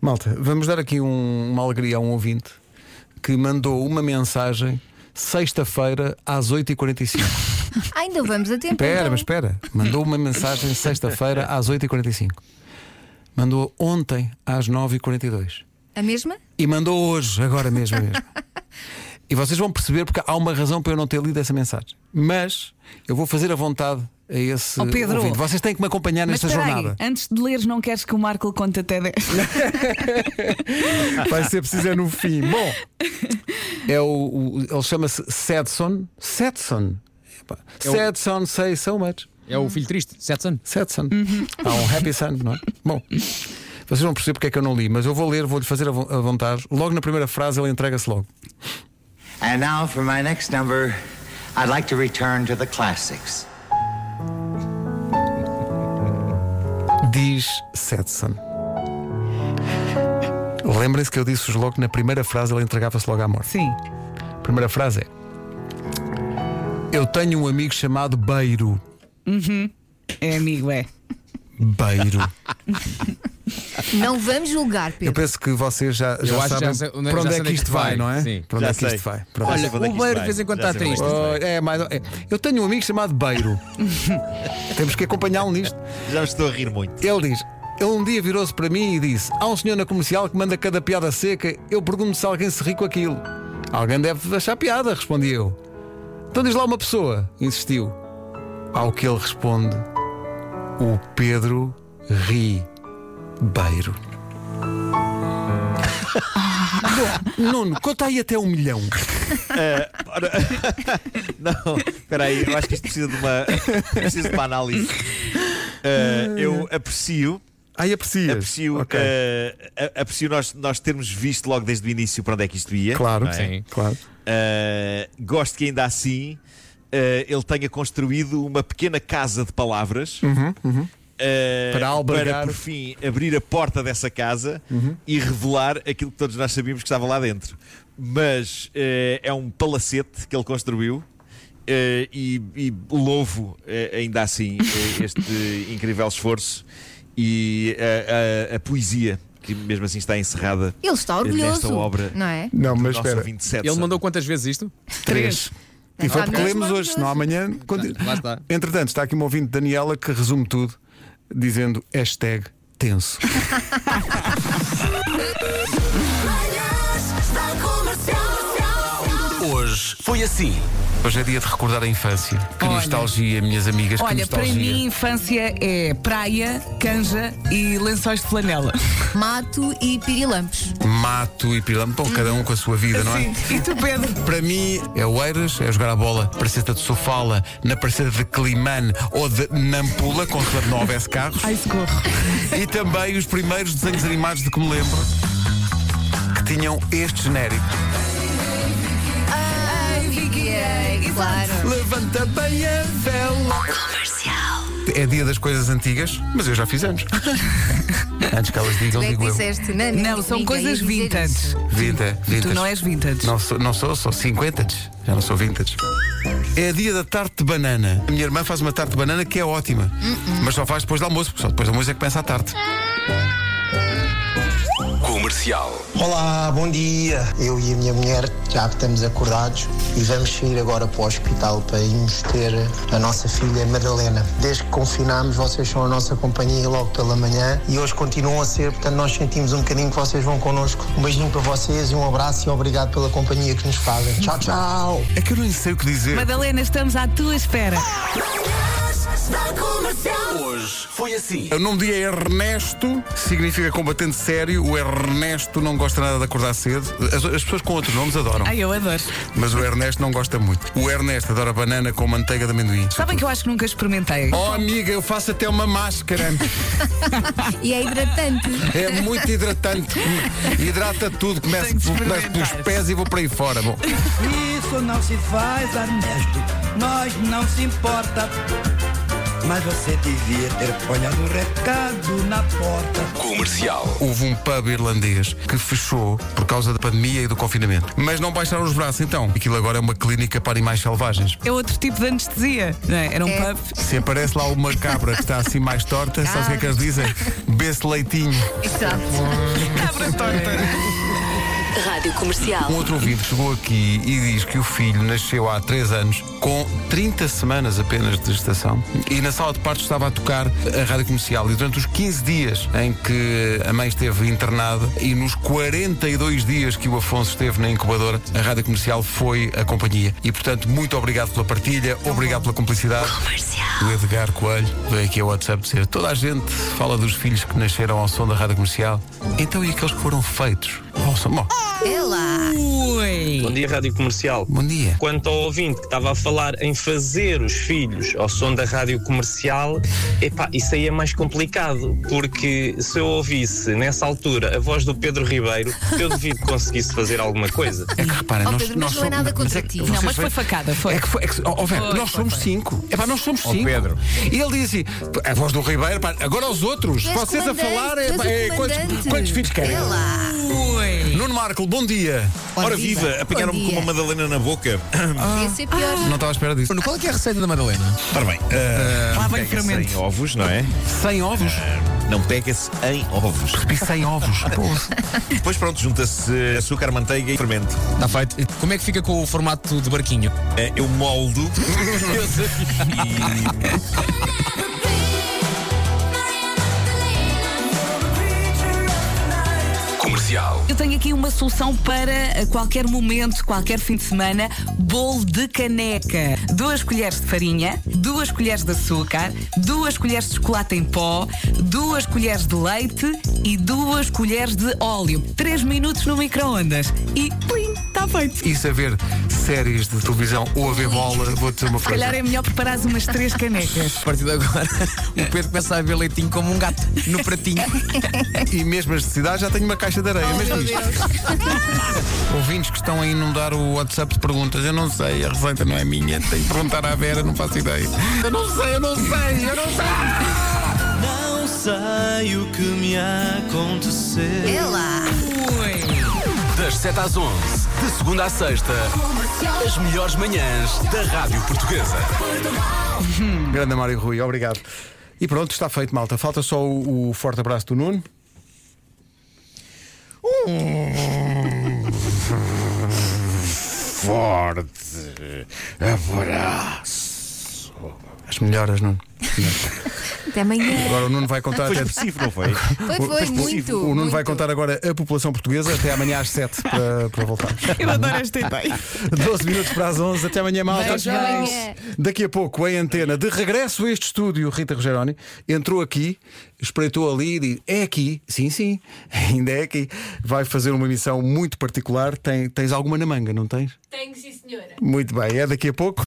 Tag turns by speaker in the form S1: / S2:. S1: Malta, vamos dar aqui um- uma alegria a um ouvinte que mandou uma mensagem sexta-feira às 8h45.
S2: Ah, ainda vamos a tempo.
S1: Espera,
S2: então.
S1: mas espera. Mandou uma mensagem sexta-feira às 8h45. Mandou ontem às 9h42.
S2: A mesma?
S1: E mandou hoje, agora mesmo mesmo. e vocês vão perceber porque há uma razão para eu não ter lido essa mensagem. Mas eu vou fazer a vontade a esse
S3: Ó, Pedro.
S1: ouvinte. Vocês têm que me acompanhar
S3: Mas
S1: nesta
S3: espera aí,
S1: jornada.
S3: antes de leres, não queres que o Marco conte até 10?
S1: Vai ser preciso é no fim. Bom, é o, o- ele chama-se Sedson. Sedson. Epá,
S4: É o-
S1: Sedson, say so much.
S4: É o filho triste, Setson.
S1: Sedson.
S4: Uhum.
S1: Há um happy sun, não é? Bom, vocês vão perceber porque é que eu não li, mas eu vou ler, vou-lhe fazer a vo- a vontade. Logo na primeira frase ele entrega-se logo.
S5: And now for my next number, I'd like to return to the classics.
S1: Diz Setson. Lembrem-se que eu disse-vos logo na primeira frase, ele entregava-se logo à morte.
S3: Sim.
S1: A primeira frase é: Eu tenho um amigo chamado Beiro.
S3: É amigo, é.
S1: Beiro.
S2: Não vamos julgar,
S1: Eu
S2: Pedro.
S1: penso que vocês já, já
S4: acho que
S1: sabem
S4: já sei- onde é-
S1: para
S4: já
S1: onde
S4: sei
S1: é que isto vai, não é?
S4: Sim,
S1: para onde
S6: já
S1: é que
S6: sei.
S1: isto vai? Para onde
S4: Olha,
S1: é que-
S4: o Beiro de vez em quando está triste.
S1: Oh, é, mais, é. Eu tenho um amigo chamado Beiro. Temos que acompanhá-lo nisto.
S6: Já me estou a rir muito.
S1: Ele diz: Ele um dia virou-se para mim e disse: Há um senhor na comercial que manda cada piada seca. Eu pergunto se alguém se ri com aquilo. Alguém deve achar piada, respondi eu. Então diz lá uma pessoa, insistiu. Ao que ele responde: O Pedro ri. Beiro. Bom, Nuno, conta aí até um milhão.
S6: Ora- Não, espera aí, eu acho que isto precisa de uma, precisa de uma análise. Eh, eu aprecio,
S1: Ai, aprecias.
S6: aprecio,
S1: Ok.
S6: eh, a- aprecio nós, nós termos visto logo desde o início para onde é que isto ia.
S1: Claro,
S6: não é?
S4: Sim.
S1: claro.
S6: Eh, gosto que ainda assim eh, ele tenha construído uma pequena casa de palavras. eh,
S1: Uhum, Para albergar- Uhum.
S6: para, por fim abrir a porta dessa casa e revelar aquilo que todos nós sabíamos que estava lá dentro. Mas eh, é um palacete que ele construiu eh, e, e louvo eh, ainda assim eh, este incrível esforço e a, a- a poesia que mesmo assim está encerrada
S2: Ele está orgulhoso.
S6: nesta obra.
S2: Não é?
S1: Não,
S6: do
S1: mas
S6: nosso
S1: espera.
S6: ouvinte Setson.
S4: Ele mandou quantas vezes isto?
S1: Três. E foi
S2: Ah,
S1: porque
S2: mas
S1: lemos
S2: mais
S1: hoje,
S2: dois.
S1: senão amanhã. conti-
S4: Lá está.
S1: Entretanto, está aqui um ouvinte Daniela que resume tudo dizendo hashtag tenso.
S7: Manhãs da Comercial.
S8: Hoje foi assim. Hoje é dia de recordar a infância. Que
S3: Olha.
S8: nostalgia, minhas amigas, que
S3: Olha, para
S8: nostalgia.
S3: mim, infância é praia, canja e lençóis de flanela.
S2: Mato e pirilampos.
S8: Mato e pilão, bom, cada um com a sua vida, não é?
S3: Sim. E tu, Pedro?
S8: Para mim é o Eiras, é jogar a bola, parecida de Sofala, na parecida de Climane ou de Nampula, consoante não houvesse carros.
S3: Ai, socorro.
S8: E também os primeiros desenhos animados de que me lembro, que tinham este genérico.
S2: Ai, é. fiquei, claro.
S8: Levanta bem a vela. É dia das coisas antigas, mas eu já fiz anos. Antes que elas digam,
S2: Tu é que
S8: digo eu.
S2: disseste? Não,
S3: Não, são coisas vintage.
S8: Vinta,
S3: Tu
S8: vintas.
S3: não és vintage.
S8: Não sou, não sou, sou 50 Já não sou vintage. É dia da tarte de banana. A minha irmã faz uma tarte de banana que é ótima,
S2: Hum,
S8: mas só faz depois do almoço, porque só depois do almoço é que pensa a tarte.
S9: Olá, bom dia. Eu e a minha mulher já que estamos acordados e vamos sair agora para o hospital para irmos ter a nossa filha Madalena. Desde que confinámos, vocês são a nossa companhia logo pela manhã e hoje continuam a ser, portanto nós sentimos um bocadinho que vocês vão connosco. Um beijinho para vocês e um abraço e obrigado pela companhia que nos fazem. Tchau, tchau.
S8: É que eu nem sei o que dizer.
S3: Madalena, estamos à tua espera.
S7: Manhãs da Comercial.
S10: assim.
S8: O nome dele é Ernesto, significa combatente sério. O Ernesto não gosta nada de acordar cedo. As, as pessoas com outros nomes adoram,
S3: Ai, eu adoro.
S8: mas o Ernesto não gosta muito. O Ernesto adora banana com manteiga de amendoim.
S3: Sabem que eu acho que nunca experimentei.
S8: Oh, amiga, eu faço até uma máscara.
S2: E é hidratante.
S8: É muito hidratante. Hidrata tudo. Começo,
S3: Tenho que
S8: começo pelos
S3: experimentar.
S8: pés e vou para aí fora. Bom,
S11: Isso não se faz, Ernesto. Nós não se importa. Mas você devia ter olhado o recado na porta.
S10: Comercial.
S8: Houve um pub irlandês que fechou por causa da pandemia e do confinamento. Mas não baixaram os braços então. Aquilo agora é uma clínica para animais selvagens.
S3: É outro tipo de anestesia. Não é? Era um
S2: É.
S3: pub.
S8: Se aparece lá uma cabra que está assim mais torta, sabes o que é que eles dizem? Bê-se leitinho.
S2: Exato.
S3: Cabra torta.
S7: Rádio Comercial.
S8: Um outro ouvinte chegou aqui e diz que o filho nasceu há 3 anos com 30 semanas apenas de gestação e na sala de partos estava a tocar a rádio comercial e durante os 15 dias em que a mãe esteve internada e nos 42 dias que o Afonso esteve na incubadora, a rádio comercial foi a companhia. E portanto, muito obrigado pela partilha, obrigado pela cumplicidade. O Edgar Coelho veio aqui ao WhatsApp dizer: toda a gente fala dos filhos que nasceram ao som da rádio comercial, então e aqueles que foram feitos ao som? Bom,
S2: É lá.
S3: Ui.
S10: Bom dia, Rádio Comercial.
S8: bom dia.
S10: Quanto ao ouvinte que estava a falar em fazer os filhos ao som da rádio comercial, epá, isso aí é mais complicado, porque se eu ouvisse nessa altura a voz do Pedro Ribeiro, eu duvido que conseguisse fazer alguma coisa.
S8: É que reparem,
S2: Oh,
S8: nós,
S2: Pedro,
S8: nós
S2: mas não é
S8: somos-
S2: nada
S8: mas
S2: contra
S8: é que
S2: ti.
S8: vocês
S3: Não, mas foi
S8: veem-
S3: facada, foi.
S8: É que foi, é que, oh, Vera,
S3: Foi,
S8: nós
S3: foi,
S8: somos
S3: foi.
S8: cinco. É pá, nós somos cinco.
S4: Pedro.
S8: E ele dizia, a voz do Ribeiro, pá, agora os outros,
S2: Tu és
S8: vocês a
S2: comandante,
S8: falar,
S2: tu
S8: é,
S2: és
S8: pá,
S2: o
S8: é, quantos,
S2: comandante.
S8: quantos filhos querem?
S2: É lá.
S3: Ui.
S8: Nuno Marco, bom dia.
S6: Ora
S2: viva.
S6: viva, apanharam-me
S2: Bom
S6: com
S2: dia.
S6: uma madalena na boca.
S2: Podia ser pior.
S8: Não estava à espera disso.
S4: Qual é que é a receita da Madalena?
S6: Ora bem,
S3: Lá
S8: Tá
S6: ah,
S3: vem
S6: pega
S3: fermento.
S6: sem ovos, não é?
S8: Sem ovos.
S6: Não pega-se em ovos.
S8: E sem ovos.
S6: Depois pronto, junta-se açúcar, manteiga e fermento.
S4: Está feito. Como é que fica com o formato de barquinho?
S6: Eh, Eu moldo
S10: Comercial.
S3: Eu tenho aqui uma solução para a qualquer momento, qualquer fim de semana, bolo de caneca. Duas colheres de farinha, duas colheres de açúcar, duas colheres de chocolate em pó, duas colheres de leite e duas colheres de óleo. Três minutos no micro-ondas e plim, está feito.
S8: E saber séries de televisão ou a ver bola, vou dizer uma
S3: Se calhar
S8: coisa.
S3: é melhor preparares umas três canecas.
S4: A partir de agora, o Pedro começa a ver leitinho como um gato no pratinho.
S8: E mesmo as de cidade já tenho uma caixa de areia, mesmo isto. Ouvintes que estão a inundar o WhatsApp de perguntas, eu não sei, a receita não é minha, tenho que perguntar à Vera, não faço ideia. Eu não sei, eu não sei, eu não sei.
S11: Não sei o que me aconteceu.
S8: Ah.
S2: É lá.
S10: Das 7 às 11, de segunda à sexta, as melhores manhãs da Rádio Portuguesa.
S8: Grande Mário Rui, obrigado. E pronto, está feito, malta. Falta só o, o forte abraço do Nuno.
S6: Um forte abraço.
S8: As melhoras, Nuno.
S2: Até amanhã.
S8: Agora o Nuno vai contar
S6: Foi
S8: até.
S6: expressivo, não foi?
S2: Foi,
S8: o-
S2: foi,
S8: o-
S2: muito.
S8: O Nuno
S2: muito.
S8: vai contar agora a população portuguesa até amanhã às 7 para, para voltar.
S3: Eu adoro esta ideia.
S8: 12 minutos para as 11, até amanhã, malta.
S3: Beijos.
S2: Até amanhã.
S8: Daqui a pouco, em antena, de regresso a este estúdio, Rita Rogeroni entrou aqui, espreitou ali e disse: É aqui, sim, sim, ainda é aqui. Vai fazer uma emissão muito particular. Tem, tens alguma na manga, não tens? Tenho, sim, senhora. Muito bem, é daqui a pouco.